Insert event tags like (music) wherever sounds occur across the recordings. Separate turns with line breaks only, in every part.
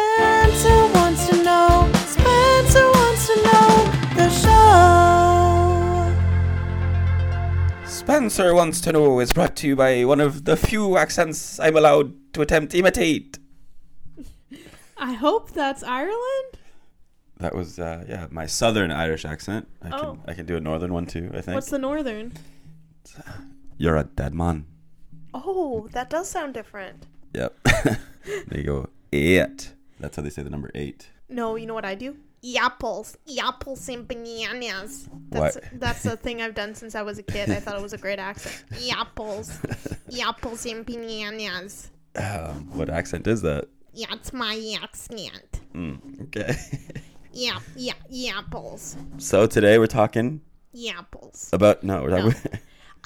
Spencer wants to know. Spencer wants to know the show.
Spencer Wants to Know is brought to you by one of the few accents I'm allowed to attempt to imitate.
I hope that's Ireland.
That was, uh, yeah, my southern Irish accent. I,
Oh.
can, I can do a northern one too, I think.
What's the northern?
You're a dead man.
Oh, that does sound different.
Yep. (laughs) there you go. Eight. That's how they say the number eight.
No, you know what I do?
Yapples, yapples and bananas.
That's
What?
that's a thing I've done since I was a kid. I thought it was a great accent.
Yapples, yapples and bananas.
Um, what accent is that?
That's my accent.
Mm, okay. (laughs)
Yeah, yeah, yapples,
so today we're talking
yapples.
about. (laughs) No, we're talking.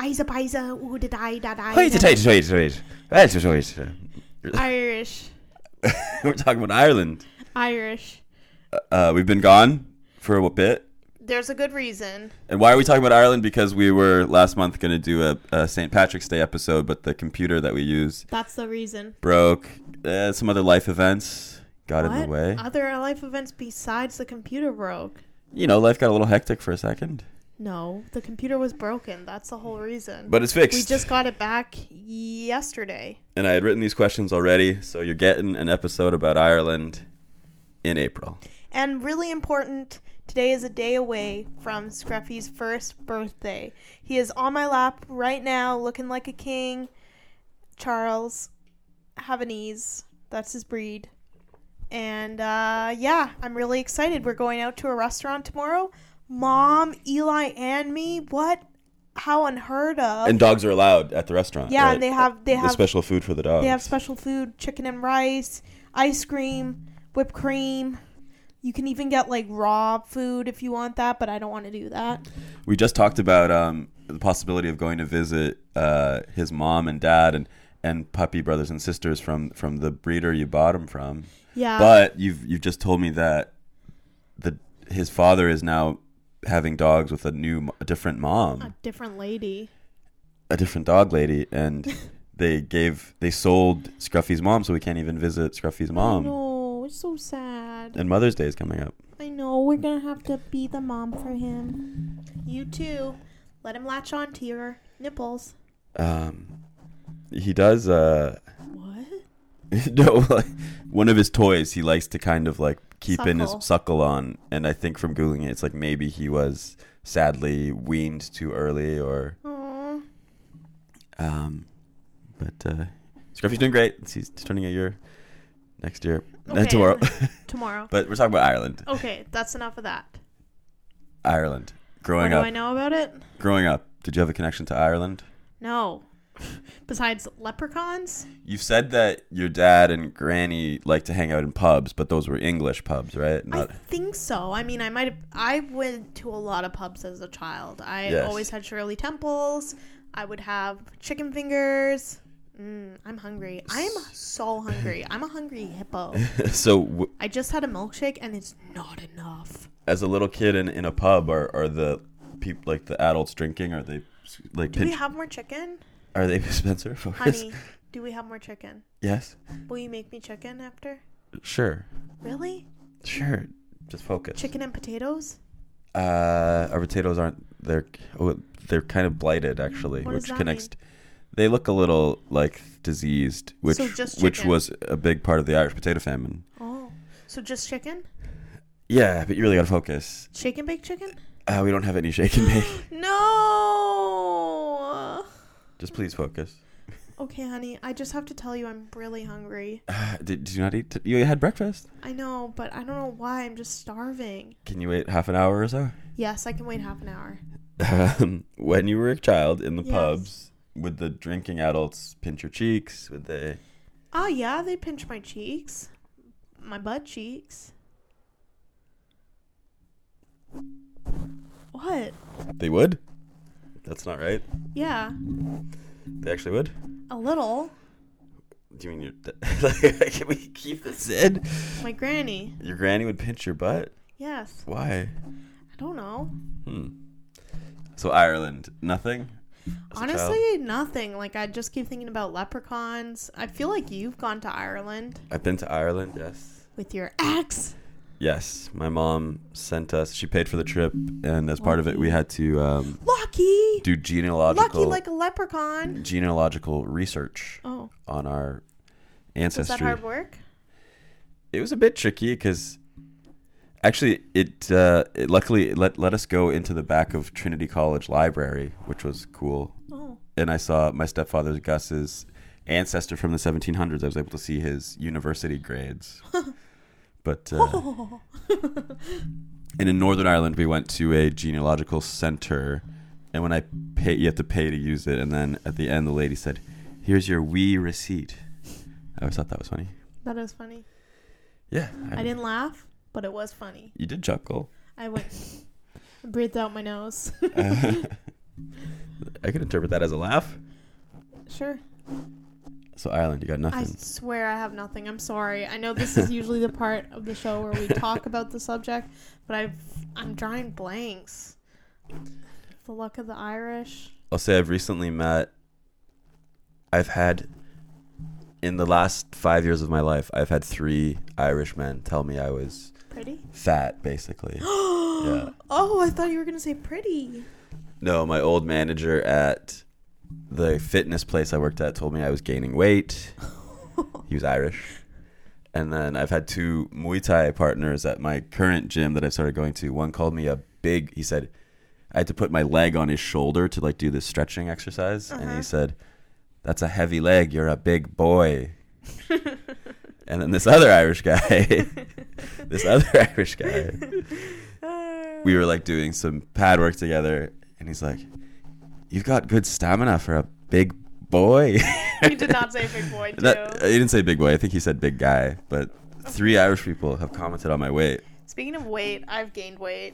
Isa paisa, ooh da da da da.
Wait, wait, wait, wait, wait. Wait, wait, wait.
Irish,
(laughs) We're talking about Ireland.
Irish.
Uh, we've been gone for a bit.
There's a good reason.
And why are we talking about Ireland? Because we were last month going to do a, a St. Patrick's Day episode, but the computer that we used
That's the reason.
broke. Uh, some other life events got in the
What
way.
other life events besides the computer broke?
You know, life got a little hectic for a second,
No, the computer was broken. That's the whole reason.
but it's fixed.
we just got it back yesterday.
and I had written these questions already, so you're getting an episode about Ireland in April.
And really important, today is a day away from Scruffy's first birthday. He is on my lap right now, looking like a king. Charles Havanese, that's his breed. And uh, yeah, I'm really excited. We're going out to a restaurant tomorrow. Mom, Eli, and me. What? How unheard of.
And dogs are allowed at the restaurant.
yeah,
right?
and they have they
the
have
special food for the dogs.
they have special food, chicken and rice, ice cream, whipped cream. You can even get like raw food if you want that, but I don't want to do that.
we just talked about um, the possibility of going to visit uh, his mom and dad and and puppy brothers and sisters from from the breeder you bought him from.
Yeah.
But you've you've just told me that the his father is now having dogs with a new m- a different
a
mom,
different lady.
a different dog lady, and they gave they sold Scruffy's mom, so we can't even visit Scruffy's mom.
No, it's so sad.
And Mother's Day is coming up.
I know we're gonna have to be the mom for him. You too. Let him latch on to your nipples.
Um, he does. Uh,
What?
(laughs) no, like, one of his toys he likes to kind of like keep in his
Suckle.
suckle on, and I think from googling it, it's like maybe he was sadly weaned too early, or
Aww.
um, but uh, Scruffy's doing great. He's turning a year next year, uh,
Okay.
tomorrow. (laughs)
Tomorrow.
but we're talking about Ireland,
Okay, that's enough of that.
Ireland. Growing
what
up,
do I know about it?
growing up, did you have a connection to Ireland?
No. (laughs) Besides leprechauns?
You've said that your dad and granny liked to hang out in pubs, but those were English pubs, right?
I
Not (laughs)
think so. I mean, I might have. I went to a lot of pubs as a child. I
Yes.
always had Shirley Temples. I would have chicken fingers. Mm, I'm hungry. I'm so hungry. I'm a hungry hippo.
(laughs) so. W-
I just had a milkshake and it's not enough.
as a little kid in, in a pub are, are the people like the adults drinking are they like
Do we
pinch,
have more
(laughs)
chicken?
are they Spencer focus?
Honey, do we have more chicken?
yes
Will you make me chicken after?
sure
Really?
sure just focus
Chicken and potatoes?
uh our potatoes aren't they're oh, they're kind of blighted actually
What does
which
that
connects they look a little like diseased which
So just
which
chicken.
was a big part of the Irish potato famine
Oh. So just chicken?
yeah but you really gotta focus
Shake and bake chicken?
uh, we don't have any shake and bake
(laughs) No!
just please focus
Okay, honey, I just have to tell you I'm really hungry.
uh, did, did you not eat t- you had breakfast
I know, but I don't know why. I'm just starving.
can you wait half an hour or so
Yes, I can wait half an hour.
um, when you were a child in the
Yes.
pubs, would the drinking adults pinch your cheeks? Would they?
Oh, yeah, they pinch my cheeks. My butt cheeks. What?
They would. That's not right.
Yeah,
They actually would.
a little.
Do you mean (laughs) your? Can we keep this in?
My granny.
Your granny would pinch your butt.
Yes.
Why?
I don't know.
Hmm. So Ireland, nothing. as a child?
Honestly, nothing. Like, I just keep thinking about leprechauns. I feel like you've gone to Ireland.
I've been to Ireland. Yes.
with your ex.
Yes, my mom sent us. She paid for the trip, and as part of it, we had to um,
Lucky.
do
Lucky
genealogical
like a leprechaun.
genealogical research
Oh,
on our
was that
ancestry.
hard work?
It was a bit tricky because actually, it, uh, it luckily it let let us go into the back of Trinity College Library, which was cool.
Oh,
And I saw my stepfather Gus's ancestor from the 1700s. I was able to see his
(laughs)
university grades. but uh, and in Northern Ireland, we went to a genealogical center, and when I pay, you have to pay to use it. And then at the end, the lady said, "Here's your wee receipt." I always thought that was funny.
that is funny.
Yeah,
I didn't laugh, but it was funny.
You did chuckle.
I went (laughs) I breathed out my nose. (laughs)
I could interpret that as a laugh.
sure.
So Ireland, you got
I
nothing.
swear I have nothing. I'm sorry. I know this is usually the part of the show where
(laughs)
we talk about the subject, but I've I'm drawing blanks. The luck of the Irish.
I'll say I've recently met. I've had, in the last five years of my life, I've had three Irish men tell me I was
Pretty?
fat, basically. yeah.
Oh, I thought you were gonna say pretty.
No, my old manager at the fitness place I worked at told me I was gaining weight. he was Irish. And then I've had two Muay Thai partners at my current gym that I've started going to. One called me a big, he said, I had to put my leg on his shoulder to like do this stretching exercise. And he said, That's a heavy leg. You're a big boy. and then this other Irish guy, (laughs) this other Irish guy, we were like doing some pad work together. And he's like, You've got good stamina for a big boy.
(laughs) He did
(laughs)
not say big boy too.
That, uh, he didn't say big boy. I think he said big guy. But three Irish people have commented on my weight.
Speaking of weight, I've gained weight.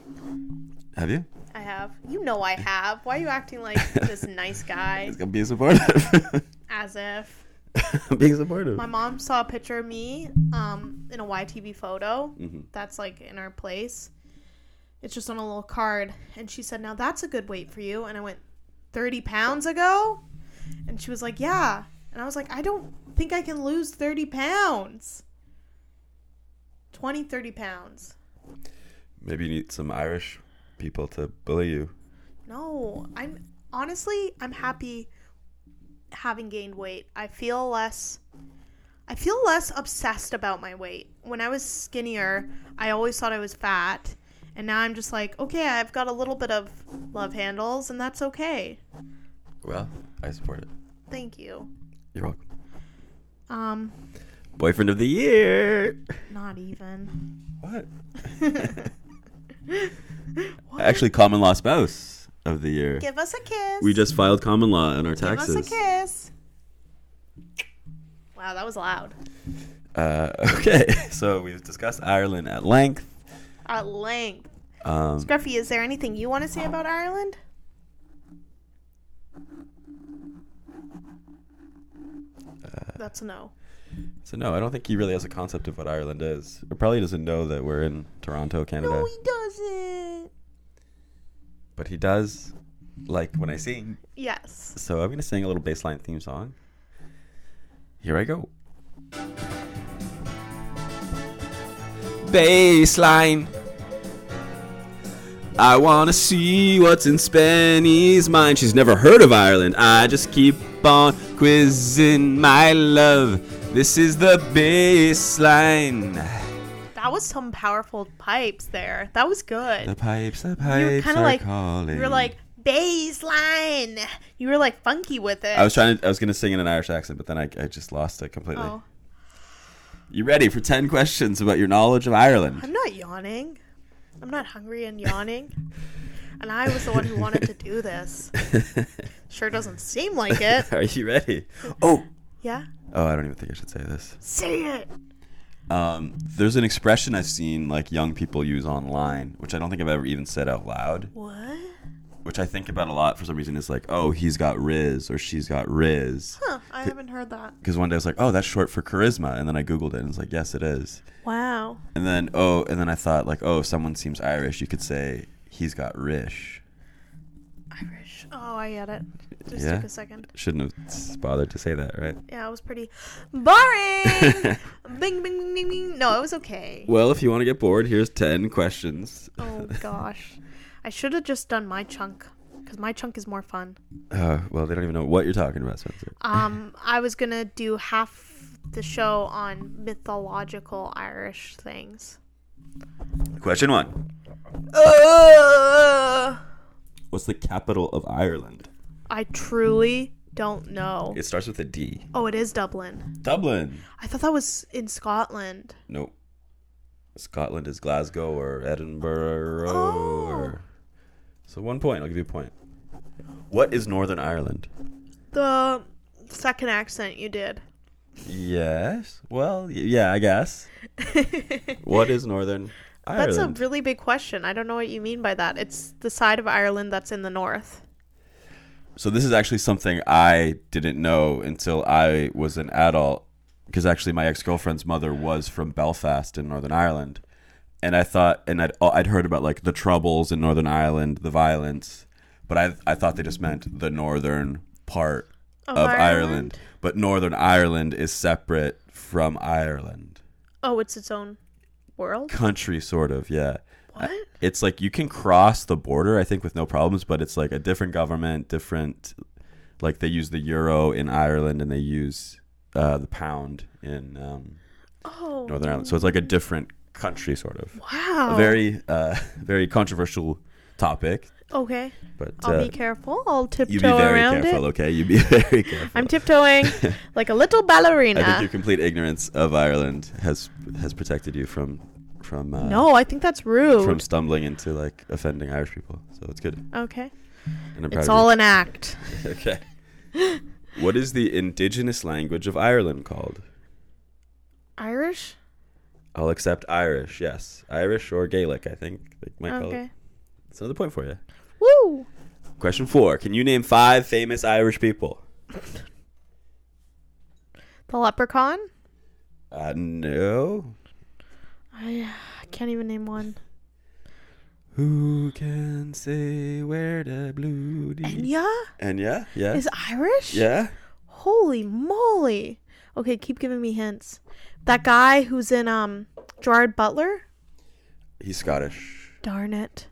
Have you?
I have. You know I have. Why are you acting like this nice guy?
It's gonna be supportive.
As if.
I'm (laughs) being supportive.
My mom saw a picture of me um, in a YTV photo that's like in our place. It's just on a little card. And she said, Now that's a good weight for you. And I went, 30 pounds ago? And she was like, Yeah. And I was like, I don't think I can lose 30 pounds. 20, 30 pounds.
Maybe you need some Irish people to bully you.
No, I'm honestly, I'm happy having gained weight. I feel less I feel less obsessed about my weight. When I was skinnier, I always thought I was fat, and now I'm just like, okay, I've got a little bit of love handles and that's okay.
Well, I support it.
Thank you.
You're welcome.
Um
Boyfriend of the year.
not even. (laughs)
(laughs) What? Actually, common law spouse of the year.
Give us a kiss.
We just filed common law on our
Mm-hmm. Give
taxes.
us a kiss. Wow, that was loud.
Uh, (laughs) okay, so we've discussed Ireland at length.
At length.
Um,
Scruffy, is there anything you want to say about Ireland?
Uh,
That's a no.
So no, I don't think he really has a concept of what Ireland is. He probably doesn't know that we're in Toronto, Canada.
No, he doesn't.
but he does like when I sing.
Yes.
So I'm gonna sing a little baseline theme song. Here I go. Baseline. I wanna see what's in Spenny's mind. She's never heard of Ireland. I just keep on quizzing my love. This is the baseline.
That was some powerful pipes there. That was
The
good.
pipes, the
You were
pipes
kind
are
of like
calling.
you were like baseline. You were like funky with it.
I was trying. To, I was gonna sing in an Irish accent, but then I, I just lost it completely.
Oh,
You ready for ten questions about your knowledge of Ireland?
I'm not yawning. I'm not hungry and yawning.
(laughs)
and I was the one who wanted to do this.
(laughs)
Sure doesn't seem like it.
Are you ready? Oh,
Yeah.
oh, I don't even think I should say this.
Say it.
Um, there's an expression I've seen like young people use online, which I don't think I've ever even said out loud.
What?
Which I think about a lot for some reason. Is like, oh, he's got riz or she's got riz.
Huh, I haven't heard that.
Because one day I was like, oh, that's short for charisma, and then I googled it and it's like, yes, it is.
Wow.
And then oh, and then I thought like, oh, if someone seems Irish, you could say he's got rish.
Irish. Oh, I get it. Just
Yeah.
took a second.
Shouldn't have s- bothered to say that, right?
Yeah, it was pretty
(laughs)
boring. bing, bing, bing, bing, bing. No, it was okay.
Well, if you want to get bored, here's 10 questions.
Oh gosh, I should have just done my chunk because my chunk is more fun.
Uh, well, they don't even know what you're talking about, Spencer.
Um, I was gonna do half the show on mythological Irish things.
Question one
Uh,
What's the capital of Ireland?
I truly don't know.
It starts with a D.
Oh, it is Dublin.
Dublin.
I thought that was in Scotland.
Nope. Scotland is Glasgow or Edinburgh.
Oh.
Or... So one point. I'll give you a point. What is Northern Ireland?
The second accent you did.
Yes. Well, y- yeah, I (laughs) guess. what is Northern Ireland?
That's a really big question. I don't know what you mean by that. It's the side of Ireland that's in the north.
so this is actually something I didn't know until I was an adult because actually my ex-girlfriend's mother was from Belfast in Northern Ireland and I thought and I'd oh, I'd heard about like the troubles in Northern Ireland, the violence, but I I thought they just meant the northern part
Of
of, Ireland.
Ireland?
but Northern Ireland is separate from Ireland.
Oh, it's its own world?
Country sort of, yeah.
What?
it's like you can cross the border i think with no problems but it's like a different government different like they use the euro in ireland and they use uh, the pound in um,
Oh,
northern ireland so it's like a different country sort of
wow.
a very uh, very controversial topic
okay.
but
I'll
uh,
be careful. I'll
you
tiptoe
be very
around
careful
it.
okay you be (laughs) very careful
I'm
(laughs)
tiptoeing like a little
i think
ballerina.
your complete ignorance of ireland has has protected you from from uh,
no, I think that's
from
rude.
stumbling into like offending irish people so it's good
Okay.
and I'm proud
It's
of you.
all an act.
okay. What is the indigenous language of Ireland called?
Irish?
I'll accept Irish, yes. Irish or Gaelic, I think they might call it.
Okay.
It's another point for you.
Woo!
Question four Can you name five famous Irish people?
The leprechaun?
Uh, no.
I I can't even name one.
Who can say where the blue de-
Enya
And yeah? Yeah?
is Irish?
yeah?
Holy moly. Okay, keep giving me hints. That guy who's in um Gerard Butler?
He's Scottish.
Darn it.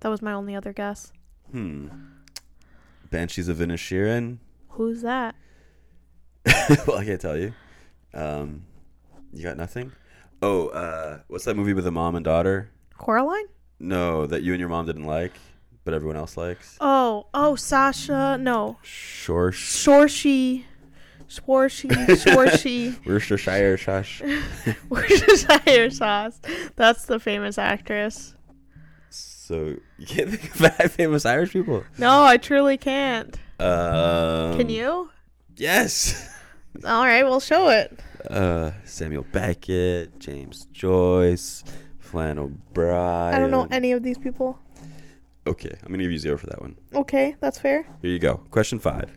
That was my only other guess.
Hmm. Banshees of Inishirin?
Who's that?
(laughs) well, I can't tell you. Um, you got nothing? Oh, uh, what's that movie with the mom and daughter?
Coraline?
No, that you and your mom didn't like, but everyone else likes.
Oh, oh, Sasha. No.
Sure.
Sorshi. Sworshy.
(laughs)
Sworshy.
Worcestershire shush.
Worcestershire sauce. That's the famous actress.
So you can't think of five famous Irish people.
No, I truly can't.
Um,
Can you?
Yes.
All right, we'll show it.
Uh, Samuel Beckett, James Joyce, Flann O'Brien.
I don't know any of these people.
Okay, I'm gonna give you zero for that one.
Okay, that's fair.
Here you go. Question five: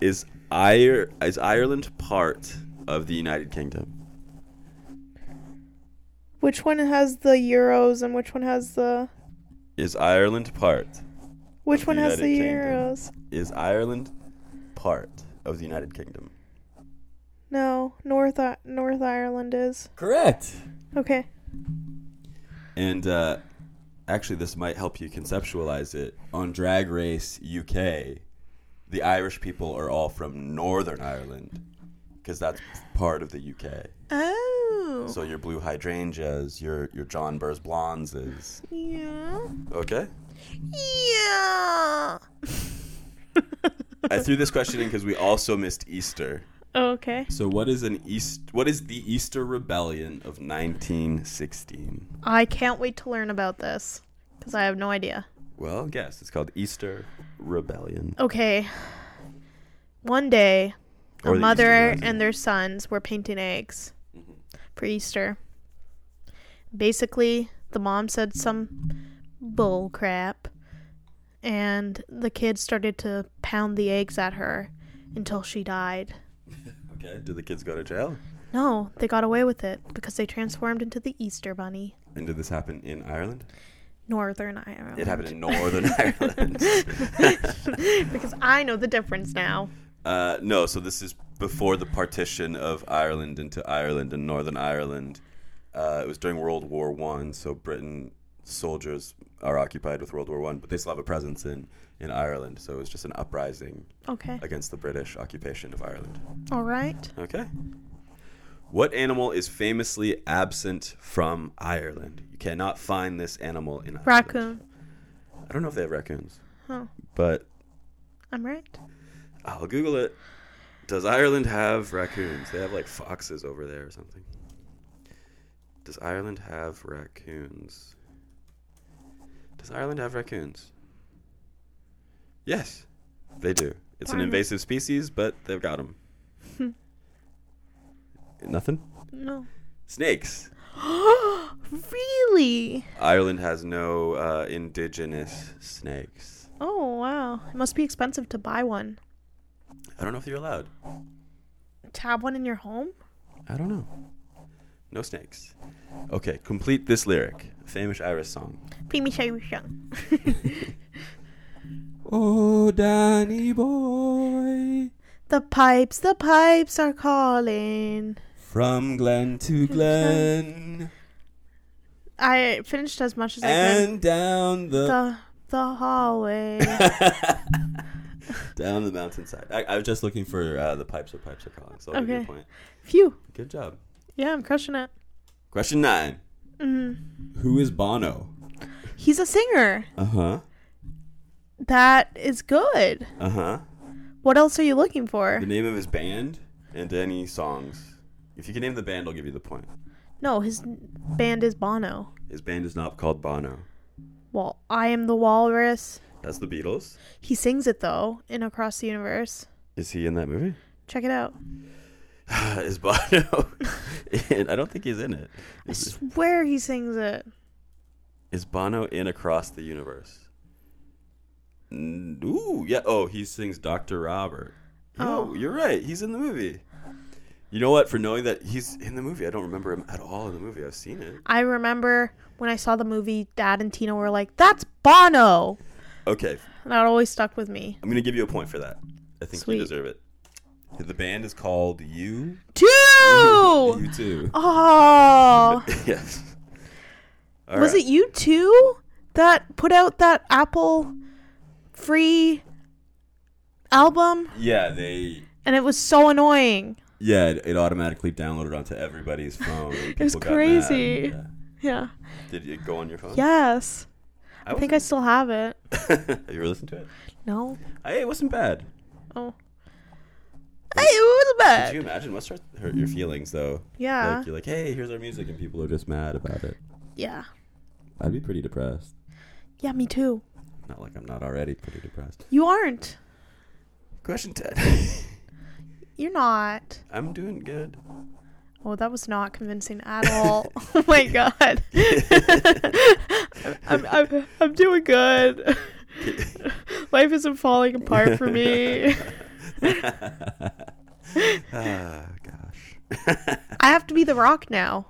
Is Ire is Ireland part of the United Kingdom?
Which one has the euros and which one has the
Is Ireland part?
which one has the
United Kingdom.
euros?
Is Ireland part of the United Kingdom?
No, North I- North Ireland is.
Correct.
Okay.
And uh, actually, this might help you conceptualize it. On Drag Race UK, the Irish people are all from Northern Ireland because that's part of the UK.
Oh.
So your blue hydrangeas, your your John Burr's blondes is
yeah.
okay.
Yeah.
I threw this question in because we also missed Easter.
okay.
So what is an East? What is the Easter Rebellion of 1916?
I can't wait to learn about this cuz I have no idea.
Well, guess it's called Easter Rebellion.
Okay. One day,
Or
a
the
mother
Easter Bunny. Mm-hmm.
and their sons were painting eggs for Easter. Basically, the mom said some bull crap, and the kids started to pound the eggs at her until she died.
Okay. Do the kids go to jail?
No, they got away with it because they transformed into the Easter bunny.
And did this happen in Ireland?
Northern Ireland. (laughs)
It happened (laughs) in Northern Ireland.
because I know the difference now.
(laughs) Uh, no, so this is before the partition of Ireland into Ireland and Northern Ireland. Uh, it was during World War One, so Britain soldiers are occupied with World War One, but they still have a presence in, in Ireland. So it was just an uprising
Okay.
(laughs) against the British occupation of Ireland.
All right.
Okay. What animal is famously absent from Ireland? You cannot find this animal in Ireland.
Raccoon.
I don't know if they have raccoons,
Huh.
but
I'm right.
I'll Google it. Does Ireland have raccoons? They have like foxes over there or something. Does Ireland have raccoons? Does Ireland have raccoons? Yes, they do. It's an
Darn it.
invasive species, but they've got
(laughs)
them. Nothing?
No.
Snakes.
(gasps) really?
Ireland has no uh, indigenous snakes.
Oh wow. It must be expensive to buy one.
I don't know if you're allowed.
To have one in your home?
I don't know. No snakes. Okay, complete this lyric. Famous Irish song.
Pimi Shang.
Oh, Danny boy,
The pipes, the pipes are calling.
from glen to glen,
I finished as much as I can.
down
The the hallway.
down the mountainside. I, I was just looking for uh, the pipes or pipes are calling. So I'll give you a
Okay.
point.
Phew.
Good job.
Yeah, I'm crushing it.
Question nine.
Mm.
Who is Bono?
He's a singer.
Uh huh.
That is good.
Uh huh.
What else are you looking for?
The name of his band and any songs. If you can name the band, I'll give you the point.
No, his n- band is Bono.
His band is not called Bono.
Well, I am the Walrus.
That's the Beatles.
He sings it though in Across the Universe.
Is he in that movie?
Check it out.
(sighs) is Bono? (laughs) in, I don't think he's in it.
I
Is,
swear he sings it.
is Bono in Across the Universe? N- Ooh, yeah. Oh, he sings Doctor Robert. Oh,
Oh.
you're right. He's in the movie. You know what? For knowing that he's in the movie, I don't remember him at all in the movie. I've seen it.
I remember when I saw the movie, Dad and Tina were like, "That's Bono,"
Okay,
and that always stuck with me.
I'm gonna give you a point for that. I think
Sweet.
you deserve it. The band is called You.
Two.
You too.
Oh,
(laughs) yes. All
was
right.
it you two that put out that Apple free album?
Yeah, they
And it was so annoying.
Yeah, it, it automatically downloaded onto
(laughs)
everybody's phone. and
was
people got mad.
crazy.
Yeah.
Yeah.
Did it go on your phone?
Yes.
I
I think I still have it.
Have (laughs) you ever listened to it?
No.
I, it wasn't bad.
Oh. Hey, it was
Could you
bad.
imagine? Must hurt, hurt your feelings though.
Yeah.
Like you're like, hey, here's our music, and people are just mad about it.
Yeah.
I'd be pretty depressed.
Yeah, me too.
Not like I'm not already pretty depressed.
You aren't.
Question ten. (laughs)
You're not.
I'm doing
(laughs)
good.
Oh, that was not convincing at (laughs) all. oh my (laughs) god. I'm, I'm, I'm doing good. Life isn't falling apart for (laughs) me.
(laughs) Ah, gosh. (laughs)
I have to be the rock now.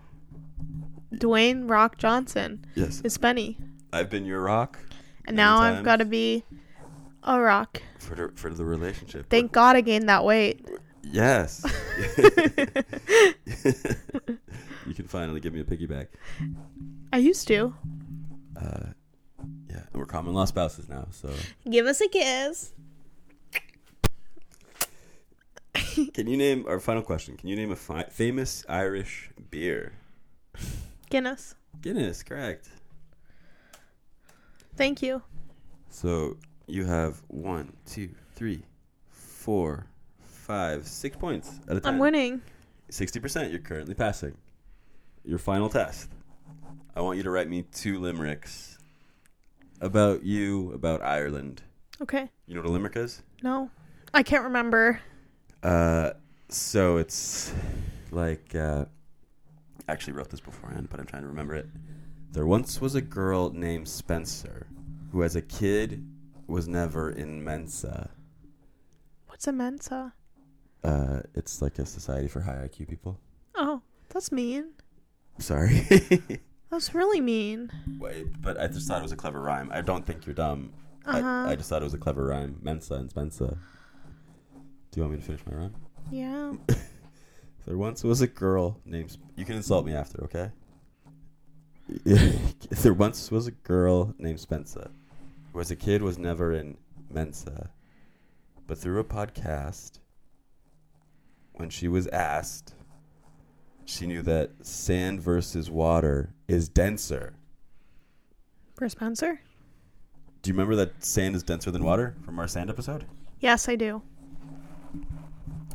Dwayne Rock Johnson
Yes,
is Benny.
I've been your rock
And now I've
Sometimes.
got to be a rock.
for the, for the relationship.
Thank God I gained that weight.
(laughs) Yes. you can finally give me a piggyback.
I used to.
Uh, yeah, and we're common law spouses now, so.
Give us a kiss.
(laughs) Can you name our final question? Can you name a fi- famous Irish beer?
Guinness.
Guinness, correct.
Thank you.
So you have one, two, three, four, five, six points at a time.
I'm winning.
Sixty percent. You're currently passing. Your final test. I want you to write me two limericks about you, about Ireland.
Okay.
You know what a limerick is?
No. I can't remember.
Uh, so it's like uh, I actually wrote this beforehand, but I'm trying to remember it. There once was a girl named Spencer who, as a kid, was never in Mensa.
What's a Mensa?
Uh, it's like a society for high IQ people.
Oh, that's mean.
Sorry. (laughs)
That's really mean.
Wait, but I just thought it was a clever rhyme. I don't think you're dumb.
Uh-huh.
I, I just thought it was a clever rhyme. Mensa and Spensa. Do you want me to finish my rhyme? (laughs)
Yeah.
There once was a girl named. Sp- You can insult me after, (laughs) okay? there once was a girl named Spencer, who as a kid was never in Mensa, but through a podcast, when she was asked, she knew that sand versus water is denser.
For Spencer?
Do you remember that sand is denser than water from our sand episode?
Yes, I do.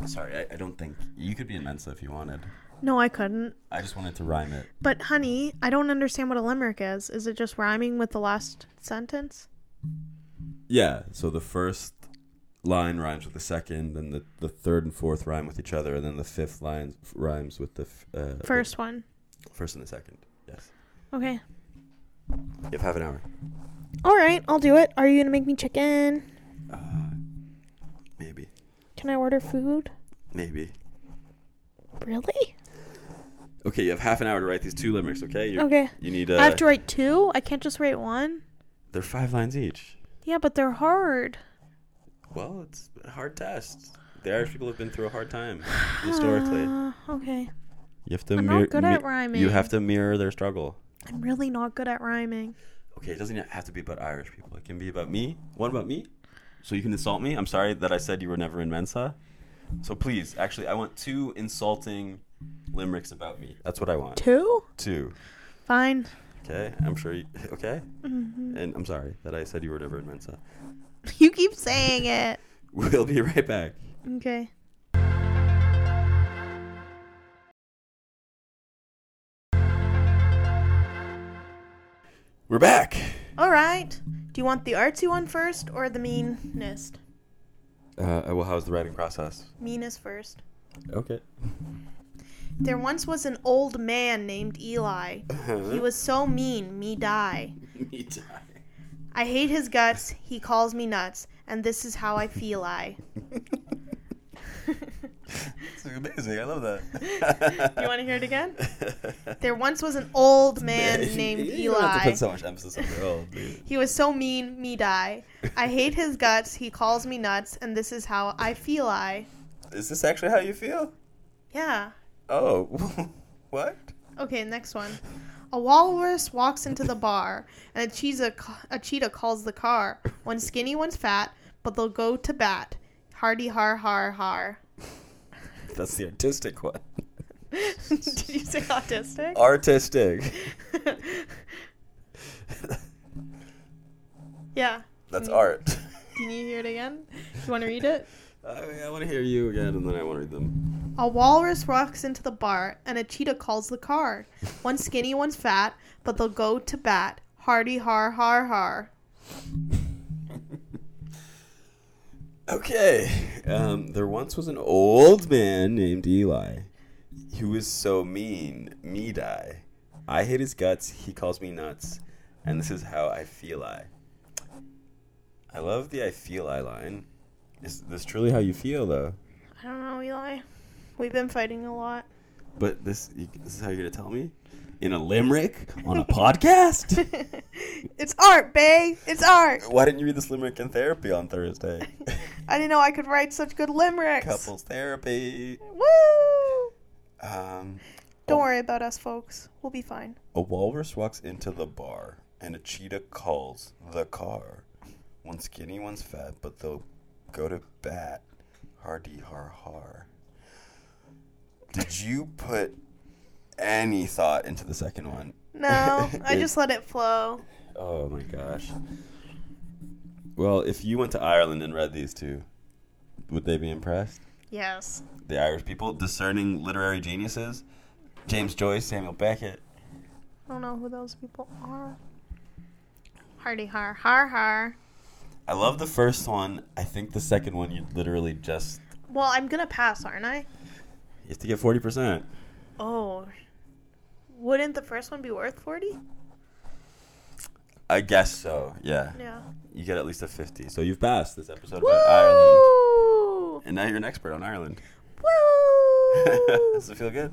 Sorry, I, I don't think you could be in Mensa if you wanted.
No, I couldn't.
I just wanted to rhyme it.
But honey, I don't understand what a limerick is. Is it just rhyming with the last sentence?
Yeah. So the first line rhymes with the second, then the, the third and fourth rhyme with each other, and then the fifth line f- rhymes with the f- uh,
First one.
the first and the second. Yes.
Okay.
You have half an hour.
All right, I'll do it. Are you going to make me chicken?
Maybe.
Can I order food?
Maybe.
Really?
Okay, you have half an hour to write these two limericks. Okay. you
Okay.
You need. Uh,
Oh, I have to write two? I can't just write one?
They're five lines each.
Yeah, but they're hard.
Well, it's a hard test. The Irish people have been through a hard
(sighs)
time historically. You
Uh, okay.
have to
I'm
mirror.
not good at rhyming.
You have to mirror their struggle.
I'm really not good at rhyming.
Okay, it doesn't have to be about Irish people. It can be about me. What about me? So you can insult me. I'm sorry that I said you were never in Mensa. So please, actually, I want two insulting limericks about me. That's what I want.
Two?
Two.
Fine.
Okay, I'm sure. You, (laughs) okay,
Mm-hmm.
and I'm sorry that I said you were never in Mensa.
(laughs)
(laughs)
You keep saying it.
We'll be right back.
Okay.
We're back.
All right. Do you want the artsy one first or the meanest?
Uh, well, how's the writing process?
Meanest first.
Okay.
There once was an old man named Eli. He was so mean, me die.
(laughs) me die.
I hate his guts, he calls me nuts, and this is how I feel I.
(laughs)
(laughs)
This is amazing. I love that.
(laughs) You want to hear it
(laughs)
again? There once was an old man named
you don't have to
Eli.
put so much emphasis on the old, dude.
He was so mean, me die. I hate his guts, he calls me nuts, and this is how I feel I.
Is this actually how you feel?
Yeah.
Oh, (laughs) what?
Okay, next one. A walrus walks into the bar, and a cheetah, ca- a cheetah calls the car. One's skinny, one's fat, but they'll go to bat. Hardy har har har. (laughs)
That's the artistic one.
Did you say autistic?
Artistic.
(laughs)
(laughs)
yeah.
That's art.
Can you hear it again? You want to read it?
I, want to hear you again, and then I want to read them.
A walrus walks into the bar, and a cheetah calls the car. One's skinny, one's fat, but they'll go to bat. Hardy har har har.
Okay. Um, there once was an old man named Eli. He was so mean. Me die. I hate his guts. He calls me nuts. And this is how I feel I. I love the I feel I line. Is this truly how you feel, though?
I don't know, Eli. We've been fighting a lot.
But this, you- this is how you're gonna tell me in a limerick on a
(laughs)
podcast.
It's art, babe. It's art.
Why didn't you read this limerick in therapy on Thursday?
I didn't know I could write such good limericks.
Couples therapy.
Woo!
Um,
Don't worry about us, folks. We'll be
(laughs)
fine.
a walrus walks into the bar, and a cheetah calls the car. One's skinny, one's fat, but they'll go to bat. Hardy har har. Did you put any thought into the second one?
No, I just let it flow.
Oh my gosh. Well, if you went to Ireland and read these two, would they be impressed?
Yes.
The Irish people, discerning literary geniuses, James Joyce, Samuel Beckett.
I don't know who those people are. Hardy har har har.
I love the first one. I think the second one, you literally just
Well, I'm gonna pass, aren't I?
you have to get forty percent.
Oh. Wouldn't the first one be worth 40?
I guess so. Yeah,
Yeah.
you get at least a fifty. So you've passed this episode
Woo!
about Ireland, and now you're an expert on Ireland. (laughs)
Woo!
Does it feel good?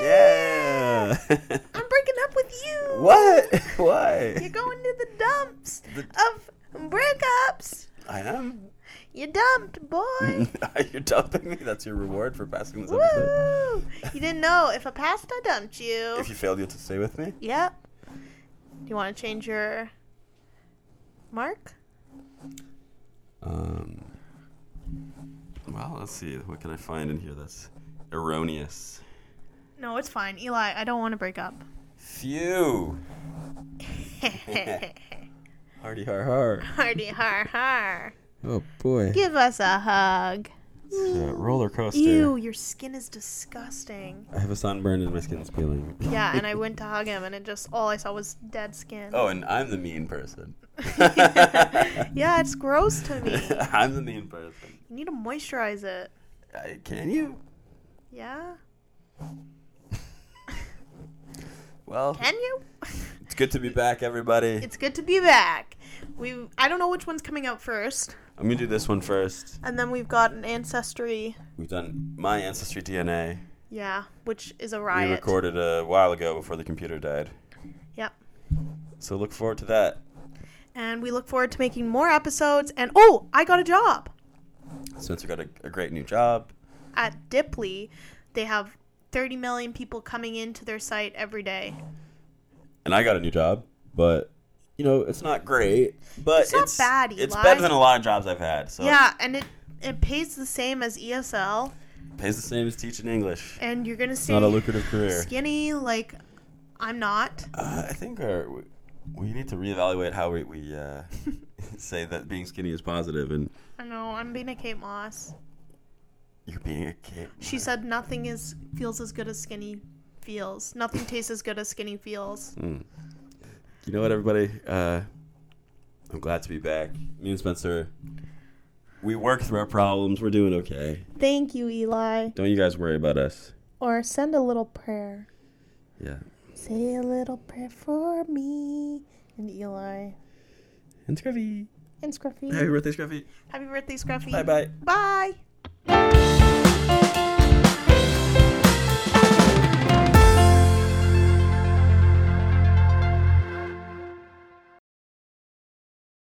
yeah!
Yeah.
I'm breaking up with you!
(laughs) What? (laughs)
You're
Why?
going to the dumps
(laughs) The-
of breakups.
I am. (laughs)
You dumped, boy.
You're dumping me. That's your reward for passing this episode.
Woo! You didn't know if I passed, I dumped you.
If you failed, you have to stay with me.
Yep. Do you want to change your mark?
Um. Well, let's see. What can I find in here that's erroneous?
No, it's fine. Eli, I don't want to break up.
Phew. Hardy har har.
(laughs) Hardy har har.
Oh boy.
Give us a hug.
It's a roller coaster.
Ew, your skin is disgusting.
I have a sunburn and my skin's peeling.
Yeah, and
(laughs)
I went to hug him, and it just all I saw was dead skin.
Oh, and I'm the
(laughs)
mean person. (laughs)
Yeah, it's gross to me. You
I'm the mean person.
need to moisturize it.
I, can you?
Yeah?
Well,
Can you? (laughs)
it's good to be back, everybody.
it's good to be back. We I don't know which one's coming out first.
I'm gonna do this one first.
And then we've got an ancestry.
We've done my ancestry DNA.
Yeah, which is a
We
riot.
recorded a while ago before the computer died.
Yep.
So look forward to that.
And we look forward to making more episodes. And oh, I got a job
Spencer got a, a great new job.
at Dipley. They have 30 million people coming into their site every day.
and I got a new job, but you know it's not great, but
It's not bad,
It's
Eli.
better than a lot of jobs I've had. So
Yeah, and it it pays the same as ESL,
pays the same as teaching English.
and you're gonna
It's not a
stay
lucrative career.
skinny like I'm not.
Uh, I think our, we, we need to reevaluate how we, we uh, say that being skinny is positive, and
I know I'm being a Kate Moss.
you're being a kid.
She said nothing is feels as good as skinny feels. Nothing tastes as good as skinny feels.
You know what, everybody? Uh, I'm glad to be back. Me and Spencer, we work through our problems. We're doing okay.
Thank you, Eli.
Don't you guys worry about us.
Or send a little prayer.
Yeah.
Say a little prayer for me and Eli
And Scruffy.
and Scruffy.
Happy birthday, Scruffy.
Happy birthday, Scruffy.
Bye bye.
Bye.